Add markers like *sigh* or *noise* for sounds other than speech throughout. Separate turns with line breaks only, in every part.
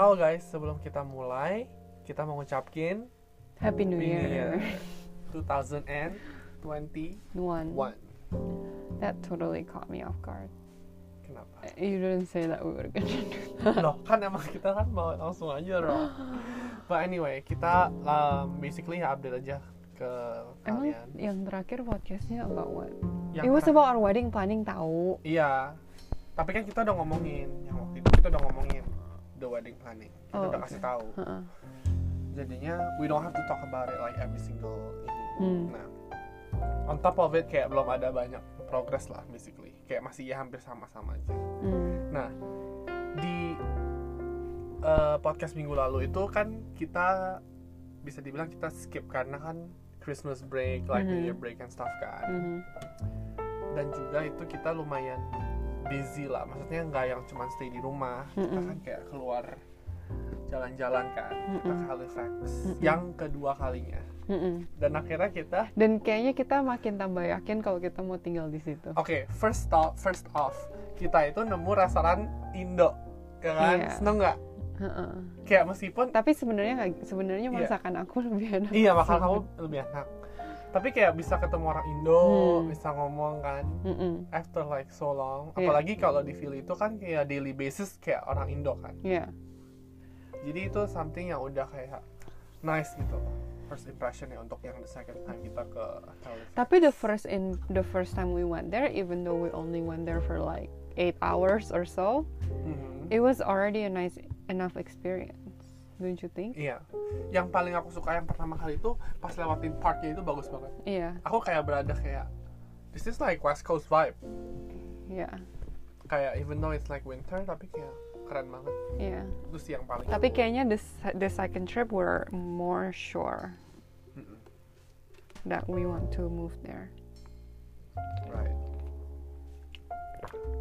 Oh guys, sebelum kita mulai, kita mengucapkan
Happy New
Happy New
*laughs* Year.
Year. 2021.
One. That totally caught me off guard.
Kenapa?
You didn't say that we were gonna do that.
Loh, kan emang kita kan mau langsung aja loh.
*laughs*
But anyway, kita um, basically update aja ke
Emang
kalian.
yang terakhir podcastnya about what?
Yang
It was
terakhir-
about our wedding planning tahu.
Iya. Tapi kan kita udah ngomongin yang waktu itu kita udah ngomongin the wedding planning. Kita
Oh,
udah
oke.
kasih tahu.
Heeh.
Jadinya we don't have to talk about it like every single ini.
Hmm.
Nah, on top of it kayak belum ada banyak progress lah basically. Kayak masih ya hampir sama-sama aja.
Hmm.
Nah, di eh, podcast minggu lalu itu kan kita bisa dibilang kita skip karena kan Christmas break, like New
Mhm.
Year break and stuff kan.
Mhm.
Dan juga itu kita lumayan busy lah. Maksudnya nggak yang cuman stay di rumah, kita
Mhm.
kan kayak keluar jalan-jalan kan. Kita ke
Mhm.
Halifax
Mhm.
yang kedua kalinya.
Mm-mm.
Dan akhirnya kita
Hmm. Dan kayaknya kita makin tambah yakin kalau kita mau tinggal di situ.
Oke, first off, first off, kita itu nemu restoran Indo, ya kan?
Iya.
Seneng nggak?
Heeh.
Kayak meskipun
Tapi sebenarnya nggak- sebenarnya
Iya.
masakan aku *laughs* lebih enak.
Iya, makan kamu lebih enak. Tapi kayak bisa ketemu orang Indo,
Hmm.
bisa ngomong kan
Mm-mm.
after like so long.
Iya.
Apalagi kalau di Philly itu kan kayak daily basis kayak orang Indo kan.
Iya.
Jadi itu something yang udah kayak nice gitu. First impression ya untuk yang the second time kita ke Halifax.
Tapi the first in the first time we went there, even though we only went there for like eight hours or so,
Mhm.
it was already a nice enough experience, don't you think?
Iya. Yang paling aku suka yang pertama kali itu pas lewatin parknya itu bagus banget.
Iya,
Aku kayak berada kayak this is like West Coast vibe.
iya,
Kayak even though it's like winter tapi kayak keren banget.
iya.
Itu sih yang paling.
Tapi
aku-
kayaknya the se- the second trip we're more sure
Mhm.
that we want to move there.
Right.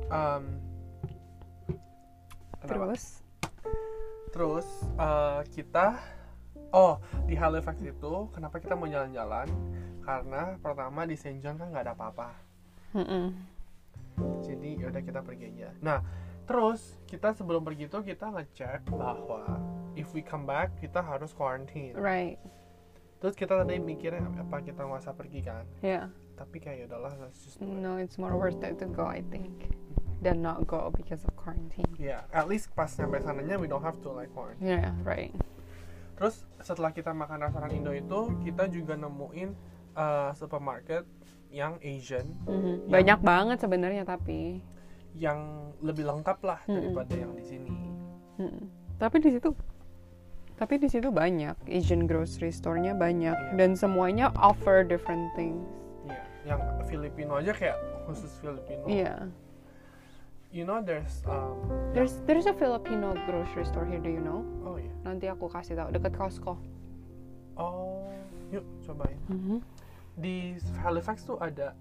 Um, kenapa?
Terus,
Terus eh, kita oh di Halifax itu kenapa kita mau jalan-jalan? Karena pertama di Saint John kan nggak ada apa-apa.
Mm-mm.
Jadi yaudah kita pergi aja. Nah terus kita sebelum pergi itu kita ngecek bahwa if we come back kita harus quarantine.
right?
Terus kita tadi mikirnya apa kita nggak usah pergi kan?
Yeah,
Tapi kayak yaudahlah let's just do it.
no, it's more worth it to go, I think, than not go because of quarantine.
Yeah, Ya, at least pas sampai sananya we don't have to like quarantine.
Yeah, right.
Terus setelah kita makan restoran Indo itu, kita juga nemuin uh, supermarket yang Asian,
Mhm.
Yang-
Banyak banget sebenarnya tapi.
yang lebih lengkap lah
Mm-mm.
daripada yang di sini.
Mm-mm. Tapi di situ tapi di situ banyak Asian grocery store-nya banyak
Iya.
dan semuanya offer different things.
Iya, yang Filipino aja kayak khusus Filipino.
Iya.
You know there's um,
There's there's a Filipino grocery store here, do you know?
yang- oh iya,
Nanti aku kasih tahu dekat Costco.
oh yuk cobain. Di Halifax tuh ada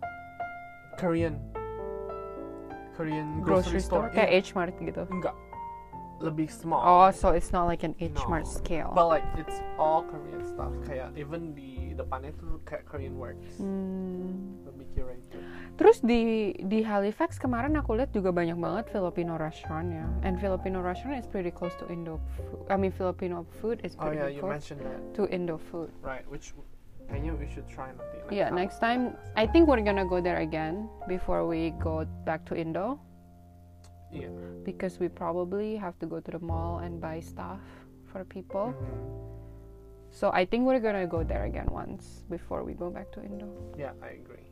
Korean Korean grocery,
Grocery store
Iya,
kayak H Mart gitu.
enggak lebih small.
Oh, so it's not like an H Mart
No.
scale.
But like it's all Korean stuff. Kayak even di depannya tuh kayak Korean works.
Hmm.
Lebih curated.
Terus di di Halifax kemarin aku lihat juga banyak banget Filipino restaurant ya. And Filipino restaurant is pretty close to Indo food. I mean Filipino food is
Oh
pretty
yeah, you
close
mentioned that.
to Indo food.
Right, which kayaknya we should try nanti. next
Yeah,
time.
next time I think we're gonna go there again before we go back to Indo
Iya.
because we probably have to go to the mall and buy stuff for people.
Mhm.
So I think we're gonna go there again once before we go back to Indo.
Yeah, I agree.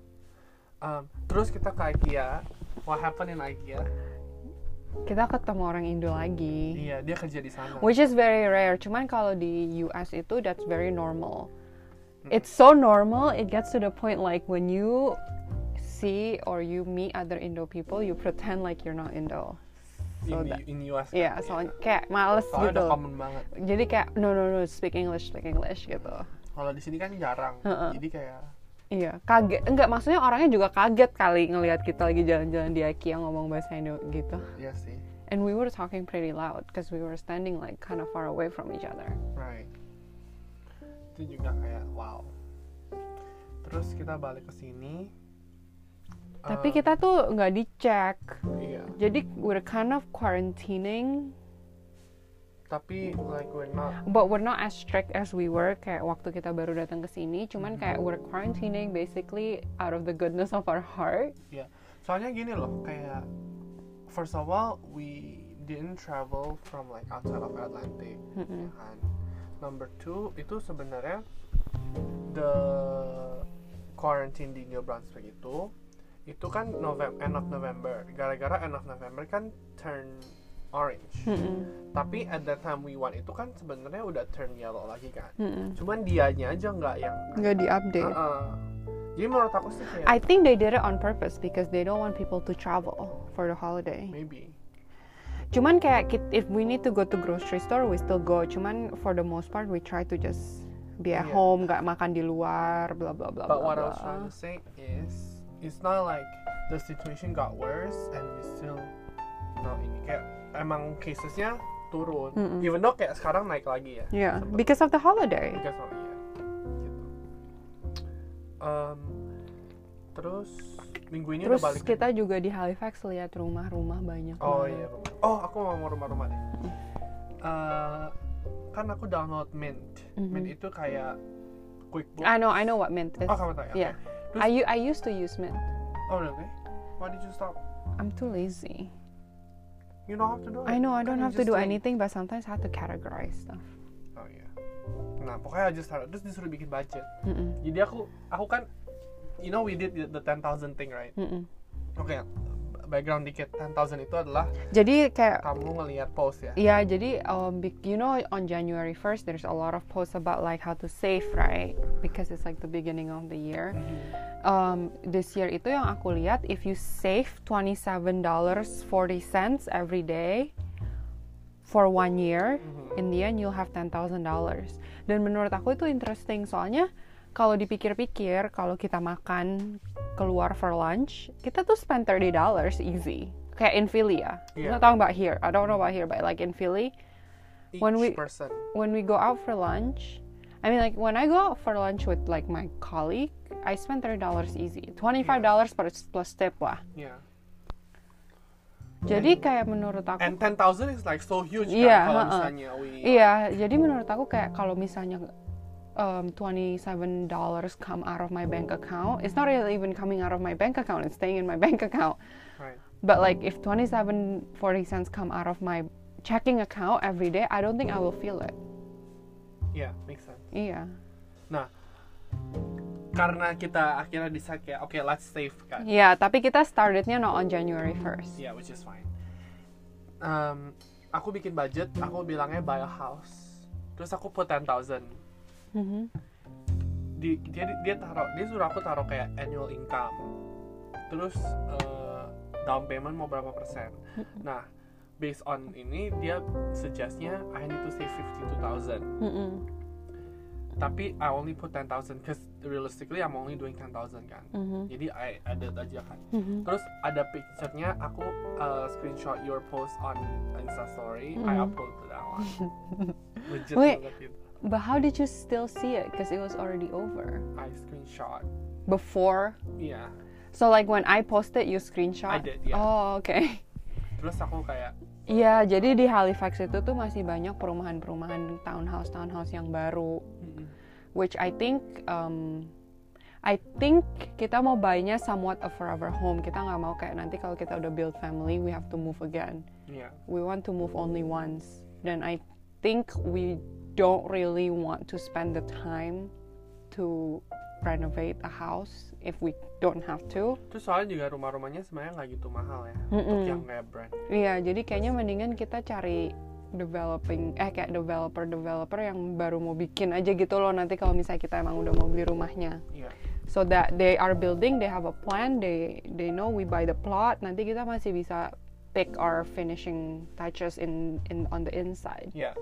Um, terus kita ke IKEA. What happened in IKEA?
Kita ketemu orang Indo lagi,
Iya, dia kerja di sana.
which is very rare. Cuman kalau di US itu that's very normal.
Mm.
It's so normal. It gets to the point like when you see or you meet other Indo people, you pretend like you're not Indo.
in,
so
the,
that-
in US. kan?
Iya, soalnya kayak males
Soalnya
gitu.
udah common banget.
Jadi kayak no no no speak English, speak English gitu.
Kalau di sini kan jarang.
Heeh.
Jadi kayak
Iya, kaget. Enggak, maksudnya orangnya juga kaget kali ngelihat kita lagi jalan-jalan di IKEA ngomong bahasa Indo gitu.
ya sih.
And we were talking pretty loud because we were standing like kind of far away from each other.
Right. Itu juga kayak wow. Terus kita balik ke sini.
Tapi
Eh,
kita tuh nggak dicek.
iya.
Jadi we're kind of quarantining
tapi like we're not
But we're not as strict as we were kayak waktu kita baru datang ke sini. Cuman kayak we're quarantining basically out of the goodness of our heart.
ya soalnya gini loh kayak first of all we didn't travel from like outside of Atlantic ya kan number two itu sebenarnya the quarantine di New Brunswick itu itu kan November end of November gara-gara end of November kan turn orange tapi at that time we want itu kan sebenarnya udah turn yellow lagi kan cuman dianya aja nggak yang
Nggak di update.
Heeh. jadi menurut aku sih kayak
I think they did it on purpose because they don't want people to travel for the holiday.
maybe
Cuman kayak kit- if we need to go to grocery store, we still go. Cuman for the most part, we try to just be at
Iya.
home, nggak makan di luar, bla bla bla.
But
bla,
what I was
bla.
trying to say is, it's not like the situation got worse and we still no ini kayak emang casesnya turun.
Mm-mm.
Even though kayak sekarang naik lagi ya.
Yeah,
Sempet-
because of the holiday.
because of- iya. Gitu. Um, terus minggu ini
Terus
udah balik.
kita Hmm. juga di Halifax lihat rumah-rumah banyak.
Oh
banget.
iya rumah. Oh aku mau ngomong rumah-rumah deh. Eh, kan aku download Mint.
Mm-hmm.
Mint itu kayak QuickBooks.
I know, I know what Mint is.
iya. Oh kamu tahu ya?
yeah,
Terus-
I u- I used to use Mint.
Oh really? Why did you stop?
I'm too lazy.
You don't have to do it.
I know I
Kan
don't
you
have to
just
do
doing-
anything, but sometimes I have to categorize stuff.
Oh iya. Nah pokoknya aja start terus disuruh bikin budget.
Mm-mm,
Jadi aku aku kan you know we did the the 10,000 thing right?
mm-mm.
Oke. Background dikit 10,000 itu adalah
Jadi kayak
kamu ngelihat post ya.
Yeah, jadi um, bec- you know on January 1st there's a lot of posts about like how to save, right? Because it's like the beginning of the year. Um, this year itu yang aku lihat if you save $27.40 every day for one year, in the end you'll have $10,000. Dan menurut aku itu interesting soalnya kalau dipikir-pikir kalau kita makan keluar for lunch, kita tuh spend $30 easy. Kayak in Philly ya.
Iya.
Not talking about here. I don't know about here, but like in Philly,
Each
When we-
person.
when we go out for lunch, I mean, like when I go out for lunch with like my colleague, I spend thirty dollars easy, twenty five dollars plus plus tip lah.
Yeah.
Jadi kayak menurut aku,
And 10,000 is like so huge kan
Iya,
kalau
ha-ha.
misalnya we
iya. Jadi menurut aku kayak kalau misalnya um, twenty seven dollars come out of my bank account, it's not really even coming out of my bank account, it's staying in my *laughs* bank account.
Right.
But like if twenty seven forty cents come out of my checking account every day, I don't think I will feel it.
Yeah, makes sense.
Iya,
Nah, karena kita akhirnya decide kayak oke let's save kan.
iya. Tapi kita startednya not on January 1st.
Yeah, which is fine. Um, aku bikin budget, aku bilangnya buy a house. Terus aku put 10,000.
Mhm.
Di, dia dia taruh, dia suruh aku taruh kayak annual income. Terus uh, down payment mau berapa persen. Nah, based on ini dia suggestnya I need to save 52,000.
Mm-mm.
Tapi I only put 10,000 cause realistically I'm only doing 10,000 kan.
Hmm.
Jadi I added aja kan. Terus ada picture-nya aku uh, screenshot your post on Insta story. I upload to that
*laughs*
one. Legit
Mm-hmm. Wait.
banget gitu. itu.
But how did you still see it? Because it was already over
I screenshot.
before.
Iya.
So like when I posted, you
I
screenshot.
did, yeah.
Oh okay. *laughs*
Terus aku kayak
Iya, jadi di Halifax itu tuh masih banyak perumahan-perumahan townhouse-townhouse yang baru,
"Mm-mm."
which I think, um, I think kita mau buy-nya somewhat a forever home. Kita nggak mau kayak nanti kalau kita udah build family, we have to move again.
Iya.
we want to move only once then i think we don't really want to spend the time to renovate a house if we don't have to
Terus soalnya juga rumah-rumahnya sebenarnya nggak gitu mahal ya. Untuk
Mm-mm.
yang kayak brand.
iya jadi kayaknya mendingan kita cari developing eh kayak developer developer yang baru mau bikin aja gitu loh nanti kalau misalnya kita emang udah mau beli rumahnya
Iya.
so that they are building they have a plan they they know we buy the plot nanti kita masih bisa pick our finishing touches in in on the inside
Iya.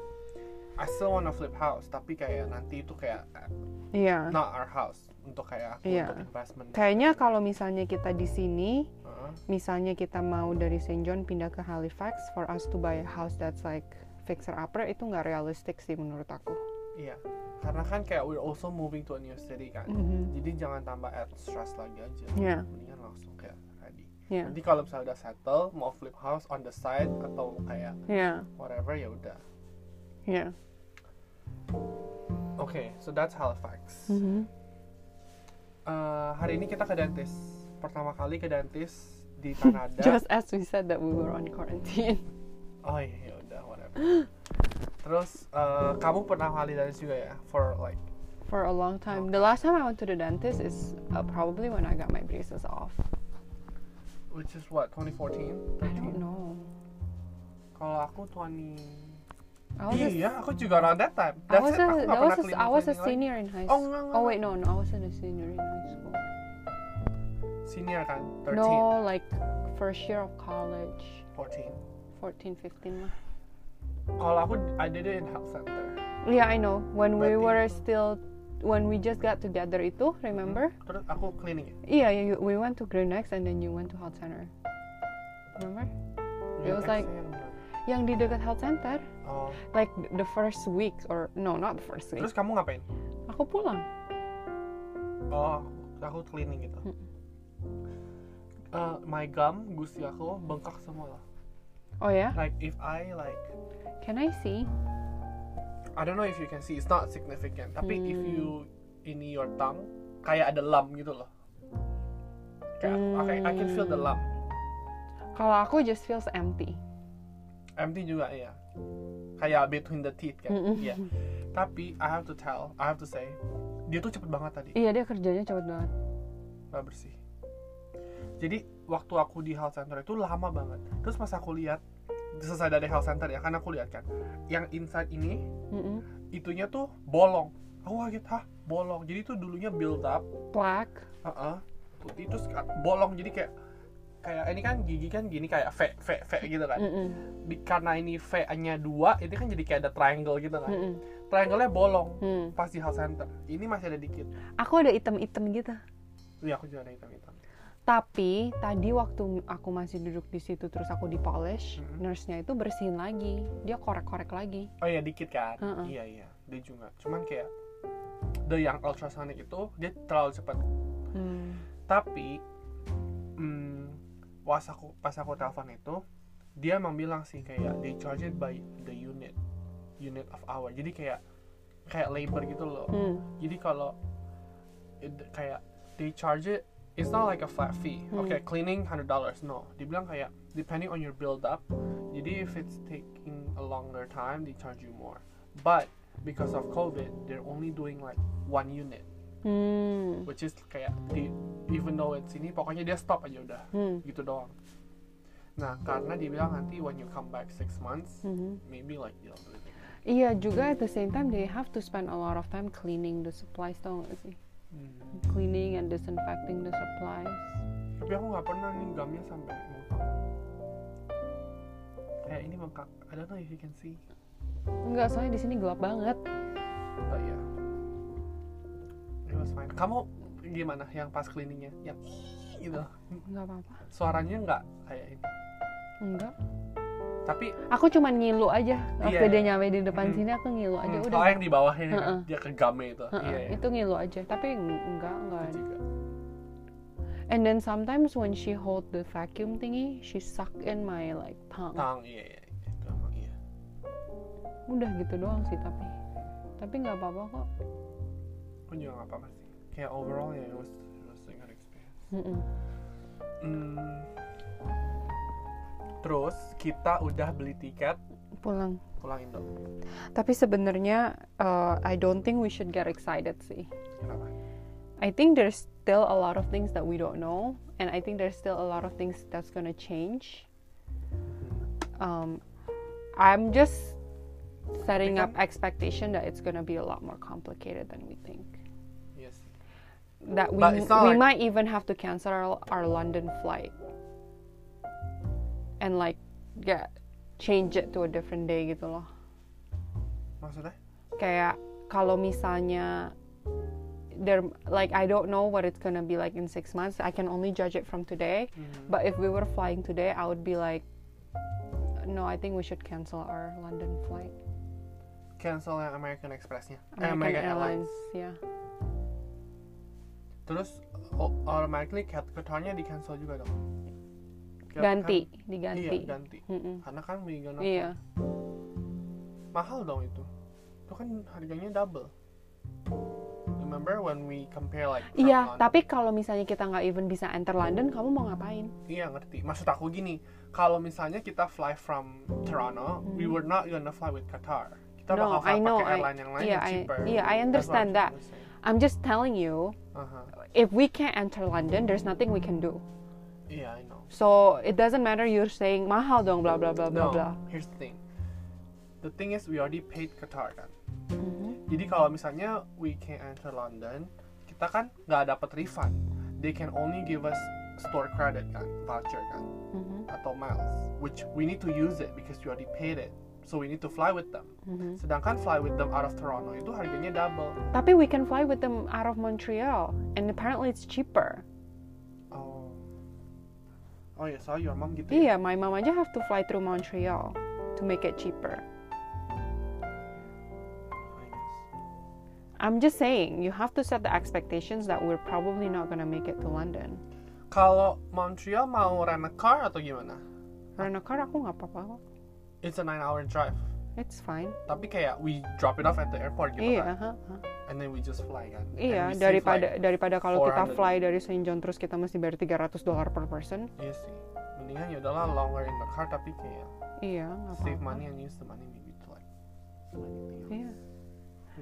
I still wanna flip house, tapi kayak nanti itu kayak eh,
iya
not our house untuk kayak aku
Iya.
untuk investment.
Kayaknya kalau misalnya kita di sini,
Heeh.
misalnya kita mau dari St. John pindah ke Halifax for us to buy a house that's like fixer upper itu nggak realistik sih menurut aku.
Iya. Karena kan kayak we're also moving to a new city kan.
Mhm.
Jadi jangan tambah add stress lagi aja.
Iya.
Mendingan langsung kayak ready.
Iya.
Nanti kalau misalnya udah settle, mau flip house on the side atau kayak
Iya.
whatever ya udah
Yeah.
Okay, so that's Halifax.
Mhm.
Eh, hari ini kita ke dentist. Pertama kali ke dentist di Kanada.
*laughs* Just as we said that we were on quarantine. *laughs*
Oh iya, ya udah whatever. Terus eh, kamu pernah kali dentist juga ya for like
for a long time. The last time I went to the dentist is uh, probably when I got my braces off.
which is what 2014?
I don't know.
Kalau aku 20
I was a,
Iya, aku juga around that time.
I
That's
was
it,
a,
aku nggak
I was
pernah
a, I was a
cleaning-cleaning
senior in high
Oh,
school.
no, no,
Oh
no.
wait, no, no, I wasn't a senior in high school.
lagi. Senior kan? 13,
No, like first year of college,
14.
14, 15 mah.
Kalau aku I did it in health center.
Yeah, I know. When we
Berarti-
were still when we just got together itu, remember?
Terus aku cleaning ya.
Yeah, you, we went to Greenex and then you went to Health Center. Remember? It was like- Yang di dekat Health Center.
Oh.
Like the first week or no, not the first week.
Terus kamu ngapain?
Aku pulang.
Oh, aku cleaning gitu.
Hmm.
Eh, my gum gusi aku bengkak semua lah.
Oh yeah?
Like if I like
Can I see?
I don't know if you can see it's not significant tapi if
Hmm.
you ini your tongue kayak ada lump gitu loh. Kayak aku- I, I can feel the lump.
Kalau aku just feels empty.
Empty juga iya. Kayak between the teeth kan.
Mm-mm.
Iya. Tapi I have to tell, I have to say dia tuh cepet banget tadi.
Iya dia kerjanya cepet banget.
nggak bersih jadi waktu aku di health center itu lama banget terus pas aku lihat selesai dari health center ya karena aku lihat kan yang inside ini
Mm-mm.
itunya tuh bolong aku kaget hah bolong jadi tuh dulunya build up
Black.
Heeh. Tuh, itu sek- bolong jadi kayak kayak ini kan gigi kan gini kayak V V V gitu kan
Mm-mm.
Di- karena ini V nya dua itu kan jadi kayak ada triangle gitu kan
Mm-mm.
triangle nya bolong
Hmm.
pas di health center ini masih ada dikit
Aku ada item-item gitu.
iya aku juga ada hitam hitam
Tapi tadi waktu aku masih duduk di situ terus aku di polish,
Mm-mm.
nurse-nya itu bersihin lagi. Dia korek-korek lagi.
Oh iya dikit kan?
Heeh.
Iya iya, dia juga. Cuman kayak the yang ultrasonic itu dia terlalu cepat.
Hmm.
Tapi hmm, pas aku pas aku telepon itu dia emang bilang sih kayak they charge it by the unit unit of hour. Jadi kayak kayak labor gitu loh.
Hmm.
Jadi kalau it- kayak they charge it it's not like a flat fee.
Hmm.
Okay, cleaning $100. No, dibilang kayak depending on your build up. Jadi if it's taking a longer time, they charge you more. But because of COVID, they're only doing like one unit,
Hmm.
which is kayak they, even though it's ini pokoknya dia stop aja udah.
Hmm.
Gitu doang. Nah, karena dibilang nanti when you come back six months,
Mhm.
maybe like they'll do it.
Iya juga at the same time they have to spend a lot of time cleaning the supplies tau gak sih?
Hmm.
Cleaning and disinfecting the supplies.
tapi aku nggak pernah nih gamnya sampai bengkak kayak ini bengkak I don't know if you can see
Enggak soalnya di sini gelap banget.
but yeah it was fine kamu gimana yang pas cleaningnya yang gitu
Enggak apa-apa.
suaranya nggak kayak ini
Enggak.
tapi
Aku cuman ngilu aja. Waktu
Iya.
dia nyampe di
Mm.
depan sini aku ngilu aja
hmm,
udah.
kalau yang di bawah ini kan,
Heeh.
dia ke gamnya itu
Heeh,
iya iya
Itu ngilu aja, tapi eng- enggak enggak.
Itu juga.
And then sometimes when she hold the vacuum thingy, she suck in my like tongue.
tang iya iya iya. itu emang iya
Udah gitu doang sih tapi. Tapi nggak apa-apa kok.
pun juga nggak apa-apa sih kayak overall ya it was it was a good experience
Mm-mm.
hmm. terus kita udah beli tiket
Pulang.
pulang Indo
Tapi sebenarnya uh, I don't think we should get excited sih.
kenapa
I think there's still a lot of things that we don't know, and I think there's still a lot of things that's gonna change. Um, I'm just setting up expectation that it's gonna be a lot more complicated than we think.
Yes.
That we,
But it's not
we
like-
might even have to cancel our, our London flight and like get change it to a different day gitu loh.
Maksudnya?
kayak kalau misalnya there like I don't know what it's gonna be like in six months. I can only judge it from today.
Mm-hmm.
But if we were flying today, I would be like, no, I think we should cancel our London flight.
Cancel yang American Expressnya. Eh,
American Airlines, ya.
Terus o- automatically cat qatarnya di cancel juga dong. Kayak
Ganti, Hmm.
kan-
diganti.
Iya ganti.
Mm-mm.
Karena kan we gonna
Iya.
mahal dong itu itu kan harganya double remember when we compare like from
Iya,
Lon-
tapi kalau misalnya kita nggak even bisa enter London, kamu mau ngapain?
iya ngerti maksud aku gini kalau misalnya kita fly from Toronto we were not gonna fly with Qatar kita
Hmm. No,
bakal fly
I know,
pakai
I-
airline yang lain
yeah,
yang
I-
cheaper
yeah, I
That's what
understand
I'm
that.
trying Uh-huh. to say.
I'm just telling you,
Aha.
if we can't enter London, there's nothing we can do.
yeah Iya, I know
So it doesn't matter you're saying mahal dong, blah blah blah blah
no
blah.
here's the thing the thing is we already paid Qatar kan
Mm-hmm.
Jadi kalau misalnya we can enter London, kita kan nggak dapat refund. They can only give us store credit kan, voucher kan,
Mhm,
atau miles, which we need to use it because we already paid it. So we need to fly with them.
mhm.
Sedangkan fly with them out of Toronto itu harganya double.
Tapi we can fly with them out of Montreal, and apparently it's cheaper.
Oh. Oh ya, soal your mom gitu. ya?
Iya, my mom aja have to fly through Montreal to make it cheaper.
I guess.
I'm just saying, you have to set the expectations that we're probably not gonna make it to London.
Kalau Montreal mau rent a car atau gimana?
Rent a car aku nggak apa-apa kok.
It's a 9 hour drive.
It's fine.
Tapi kayak we drop it off at the airport gitu kan.
Iya, ha, ha.
And then we just fly kan. And
iya.
we save, like,
Daripada daripada kalau kita
400.
fly dari Saint John terus kita mesti bayar 300 dolar per person.
Iya sih. Mendingan ya udahlah longer in the car tapi kayak
Iya, nggak
save
apa-apa.
money and use the money maybe to like do anything else.
Iya.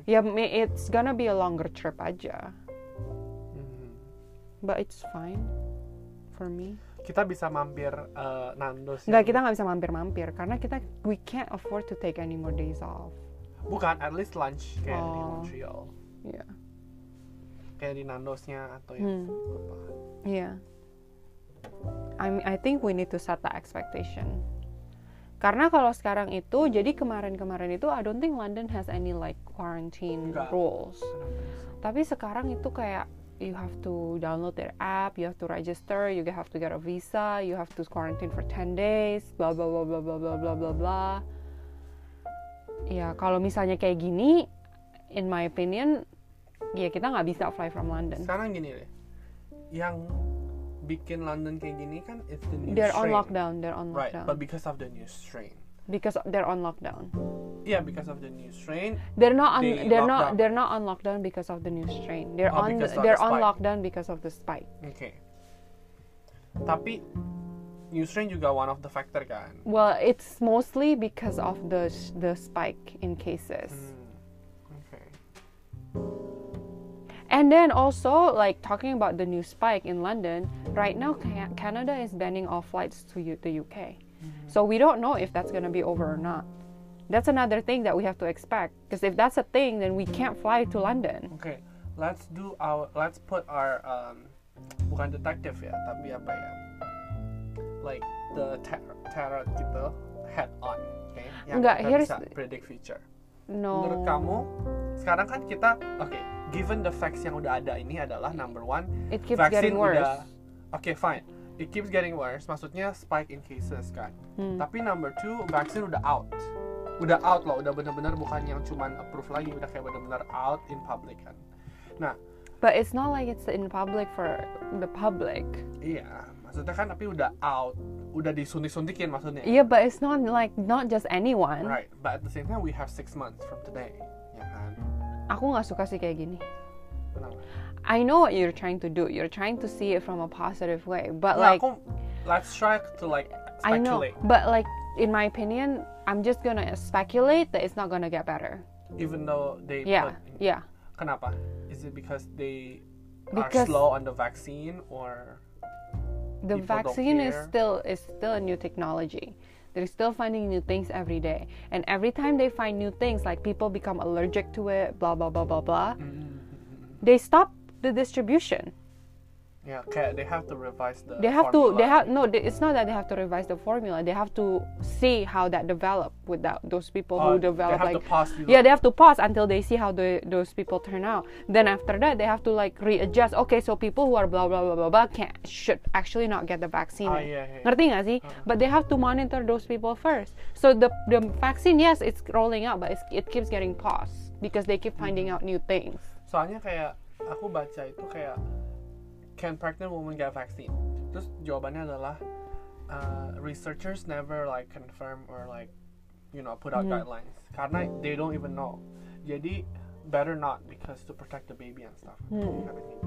Ya, me- it's gonna be a longer trip aja,
Mhm.
but it's fine for me.
Kita bisa mampir eh, Nando's.
Nggak,
yang-
kita nggak bisa mampir-mampir karena kita we can't afford to take any more days off.
Bukan, at least lunch kayak di
Oh.
Montreal.
Iya. Hmm.
Kayak di Nando's-nya atau yang apa.
Iya. I mean, I think we need to set the expectation. Karena kalau sekarang itu, jadi kemarin-kemarin itu, I don't think London has any like quarantine
Nggak.
rules. Tapi sekarang itu kayak you have to download their app, you have to register, you have to get a visa, you have to quarantine for 10 days, bla bla bla bla bla bla bla bla bla. Ya kalau misalnya kayak gini, in my opinion, ya kita nggak bisa fly from London.
Sekarang gini deh. Yang bikin London kayak gini kan it's the new
They're on
strain.
lockdown, they're on
Right,
lockdown.
but because of the new strain.
because they're on lockdown.
Yeah, because of the new strain.
They're not on.
They
They are
lockdown.
not. They're not on lockdown because of the new strain. They're
Oh,
on.
because of
The, they're
the
on
spike.
lockdown because of the spike.
Oke. Tapi new strain juga one of the factor kan.
Well, it's mostly because of the s- the spike in cases.
Hmm, Okay.
And then also, like talking about the new spike in London, right now Ca- Canada is banning all flights to U- the UK.
Hmm.
So we don't know if that's going to be over or not. That's another thing that we have to expect. Because if that's a thing, then we can't fly to London.
Okay, let's do our let's put our um bukan detektif ya, tapi apa ya? Like the tar- tarot gitu head on, okay?
Enggak,
kita
here's-
bisa predict future.
No.
Menurut kamu sekarang kan kita oke, given the facts yang udah ada ini adalah number one,
It keeps
vaksin
getting worse.
udah oke fine. It keeps getting worse, maksudnya spike in cases kan.
Hmm.
Tapi number two, vaksin udah out. Udah out loh, udah bener-bener bukan yang cuman approve lagi, udah kayak bener-bener out in public kan. Nah,
But it's not like it's in public for the public.
Iya, maksudnya kan tapi udah out, udah disuntik-suntikin maksudnya.
Yeah, but it's not like not just anyone.
Right, but at the same time we have six months from today, ya kan? Nah,
Aku nggak suka sih kayak gini.
Kenapa?
I know what you're trying to do. You're trying to see it from a positive way, but
Nah,
like
aku let's try to like
I know,
speculate,
but like in my opinion, I'm just gonna speculate that it's not gonna get better.
even though they
Yeah,
put-
yeah.
Kenapa? Is it because they are
Because-
slow on the vaccine or People
The
don't
vaccine is
care.
still is still a new technology. They're still finding new things every day, and every time they find new things, like people become allergic to it, blah blah blah blah blah.
Mm-hmm.
They stop the distribution.
ya kayak they have to revise the
they have to they
formula.
have no they, it's not that they have to revise the formula they have to see how that develop with that, those people
Oh,
who
they
develop
have to
like
pause you-
yeah they have to pause until they see how the, those people turn out then after that they have to like readjust okay so people who are blah blah blah blah blah can't should actually not get the vaccine
Ah, iya, iya.
ngerti nggak sih
Uh-huh.
but they have to monitor those people first so the the vaccine yes it's rolling out but it's, it keeps getting paused because they keep finding
Mm-hmm.
out new things
soalnya kayak aku baca itu kayak can pregnant women get vaccine terus jawabannya adalah uh, researchers never like confirm or like you know put out
Mhm.
guidelines karena they don't even know jadi better not because to protect the baby and stuff
Hmm.
Karena gini.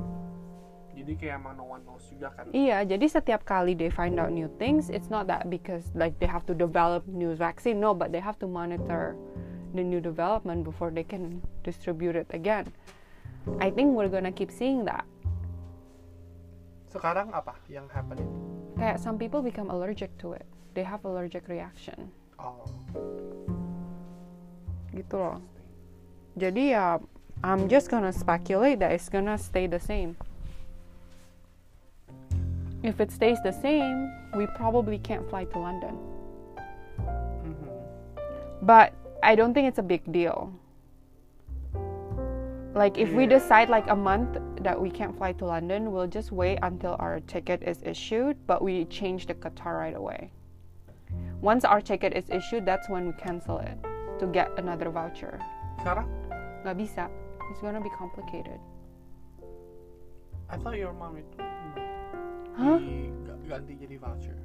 jadi kayak emang no one knows juga kan
Iya, jadi setiap kali they find out new things, it's not that because like they have to develop new vaccine, no, but they have to monitor the new development before they can distribute it again. I think we're gonna keep seeing that.
sekarang apa yang happening
Kayak some people become allergic to it. They have allergic reaction.
oh
Gitu loh. Jadi ya I'm just gonna speculate that it's gonna stay the same. If it stays the same, we probably can't fly to London.
Mhm.
but I don't think it's a big deal. Like if we
Yeah.
decide like a month that we can't fly to London, we'll just wait until our ticket is issued, but we change the Qatar right away. Once our ticket is issued, that's when we cancel it to get another voucher.
sekarang
Nggak bisa. It's gonna be complicated.
I thought your mom itu
Huh?
ganti jadi voucher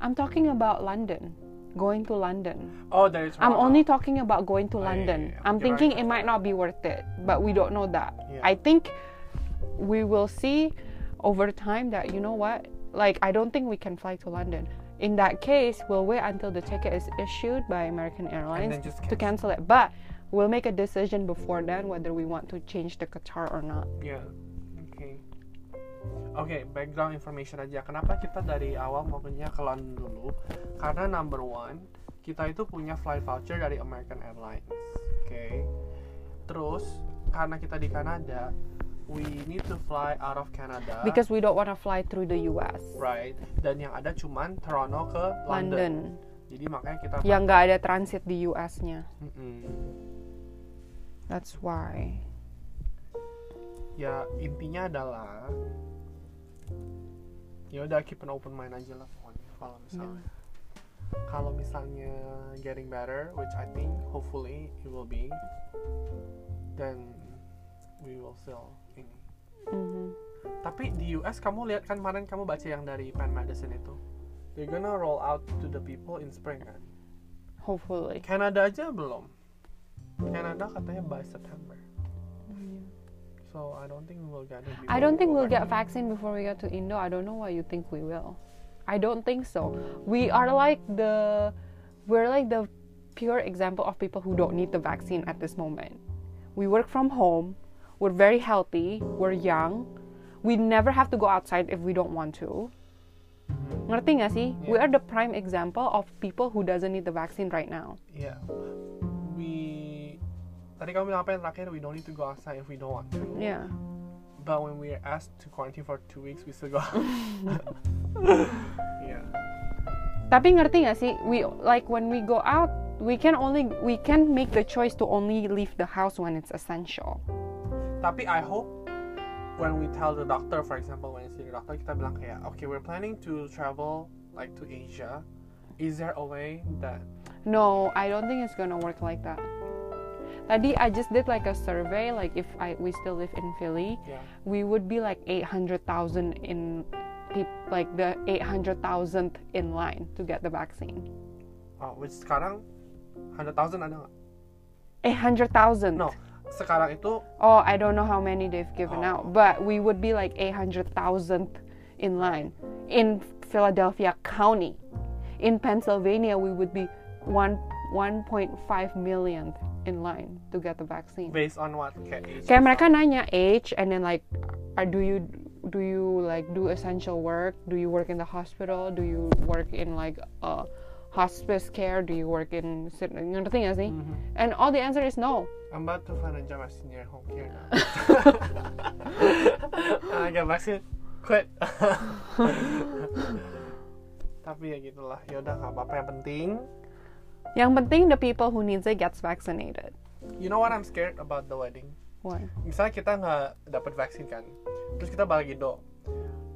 I'm talking about London. Going to London.
oh dari
I'm
Toronto.
only talking about going to
Oh, yeah,
London.
yeah, yeah.
I'm
You're
thinking
right.
it might not be worth it, but we don't know that.
Yeah.
I think we will see over time that you know what? Like I don't think we can fly to London. In that case, we'll wait until the ticket is issued by American Airlines
then just
to cancel it. But we'll make a decision before then whether we want to change the Qatar or not.
Ya, oke. Oke, background information aja. Kenapa kita dari awal maunya ke London dulu? Karena number one, kita itu punya flight voucher dari American Airlines. Oke. Terus, karena kita di Kanada, we need to fly out of Canada.
Because we don't want to fly through the US.
Uh, right. Dan yang ada cuman Toronto ke London.
London.
Jadi makanya kita
Yang nggak ada transit di US-nya.
Mm-mm.
That's why.
ya intinya adalah ya udah keep an open mind aja lah pokoknya kalau misalnya
Iya.
kalau misalnya getting better which I think hopefully it will be then we will still ini
Mhm.
tapi di US kamu lihat kan kemarin kamu baca yang dari Penn Medicine itu they're gonna roll out to the people in spring kan
Hopefully.
Kanada aja belum Kanada katanya by September
Mm-hmm.
so I don't think we will get it
I don't think
before
we'll get
back.
vaccine before we get to Indo. I don't know why you think we will. I don't think so. We are like the we're like the pure example of people who don't need the vaccine at this moment. We work from home. We're very healthy. We're young. We never have to go outside if we don't want to. Ngerti nggak sih? We
Yeah.
are the prime example of people who doesn't need the vaccine right now.
Yeah. We tadi kamu bilang apa yang terakhir? We don't need to go outside if we don't want to.
Yeah.
But when we are asked to quarantine for two weeks, we
*laughs*
still go. out. yeah.
Tapi ngerti nggak sih? We like when we go out, we can only we can make the choice to only leave the house when it's essential.
Tapi I hope when we tell the doctor, for example, when you see the doctor, kita bilang kayak, okay, we're planning to travel like to Asia. Is there a way that
No, I don't think it's gonna work like that. Tadi I just did like a survey, like if I we still live in Philly,
yeah?
we would be like 800,000 in peop- like the 800,000th in line to get the vaccine.
Oh, which sekarang 100,000 ada nggak?
800,000.
No. Sekarang itu
Oh, I don't know how many they've given
Oh.
out, but we would be like 800,000th in line in Philadelphia County. In Pennsylvania, we would be 1 1.5 millionth in line to get the vaccine.
based on what? Kayak, age
kayak
and
mereka
stuff.
nanya age and then like are, do you do you like do essential work do you work in the hospital do you work in like uh, hospice care do you work in ngerti gak sih
Mhm.
eh? and all the answer is no
I'm about to find a job as senior home care now. I got vaccine, quit. *laughs* Tapi ya gitulah, ya udah nggak apa-apa yang penting.
yang penting the people who needs it gets vaccinated
You know what I'm scared about the wedding?
why
Misalnya kita nggak dapat vaksin kan, terus kita balik Indo.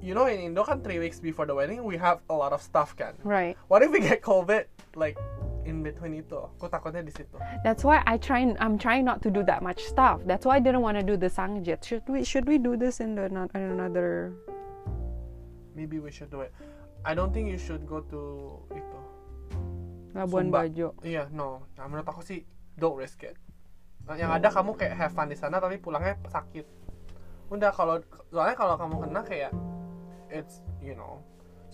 You know in Indo kan 3 weeks before the wedding we have a lot of stuff kan.
right
What if we get COVID like in between itu? Aku takutnya di situ.
that's why I try I'm trying not to do that much stuff that's why I didn't want to do the sangjit should we should we do this in the not in another
Maybe we should do it. I don't think you should go to itu
Labuan
Sumba.
Bajo.
Iya, no. Nah, menurut aku sih don't risk it. Nah, yang ada kamu kayak have fun di sana tapi pulangnya sakit. Udah kalau soalnya kalau kamu kena kayak it's you know.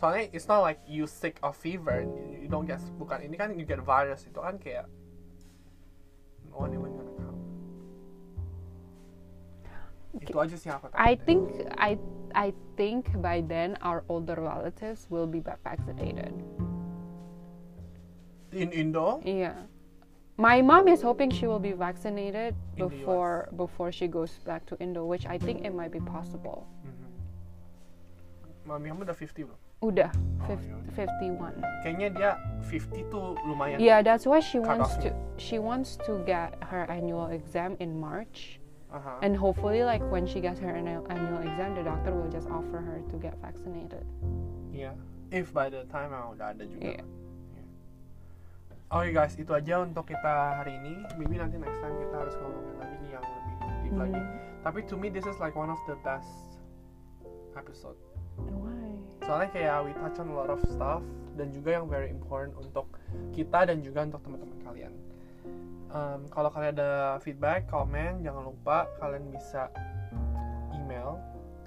Soalnya it's not like you sick of fever. You don't get bukan ini kan you get virus itu kan kayak oh, no one even gonna come. Itu aja sih aku
I
takutin.
think I I think by then our older relatives will be back vaccinated.
in Indo
Yeah. My mom is hoping she will be vaccinated
In the
before before she goes back to Indo, which I think it might be possible.
Mhm. Mami kamu udah 50 belum?
Udah,
Oh,
fif-
ya udah.
51.
Kayaknya dia 50 tuh lumayan.
Yeah, that's why she
Cut
wants
off.
to she wants to get her annual exam in March.
Aha.
And hopefully like when she gets her annu- annual exam, the doctor will just offer her to get vaccinated.
Iya. If by the time memang udah ada juga.
Iya.
Iya. Oke guys, itu aja untuk kita hari ini. Maybe nanti next time kita harus ngomongin lagi nih yang lebih deep
Mm-hmm. Mm.
lagi. Tapi to me this is like one of the best episode.
Why?
Soalnya kayak we touch on a lot of stuff dan juga yang very important untuk kita dan juga untuk teman-teman kalian. Um, kalau kalian ada feedback, komen, jangan lupa kalian bisa email.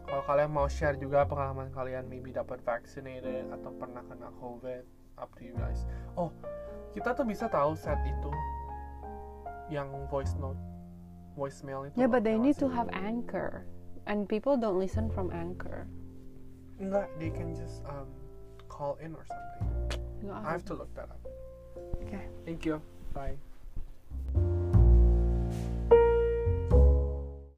Kalau kalian mau share juga pengalaman kalian, maybe dapat vaccinated atau pernah kena COVID, up to you guys. Oh, kita tuh bisa tahu set itu yang voice note, voicemail itu. loh,
Yeah, Ya, but they
lewat
need to
sini.
have anchor, and people don't listen from anchor.
Enggak, they can just um, call in or something.
You know,
I have to look that up.
Okay.
Thank you. Bye.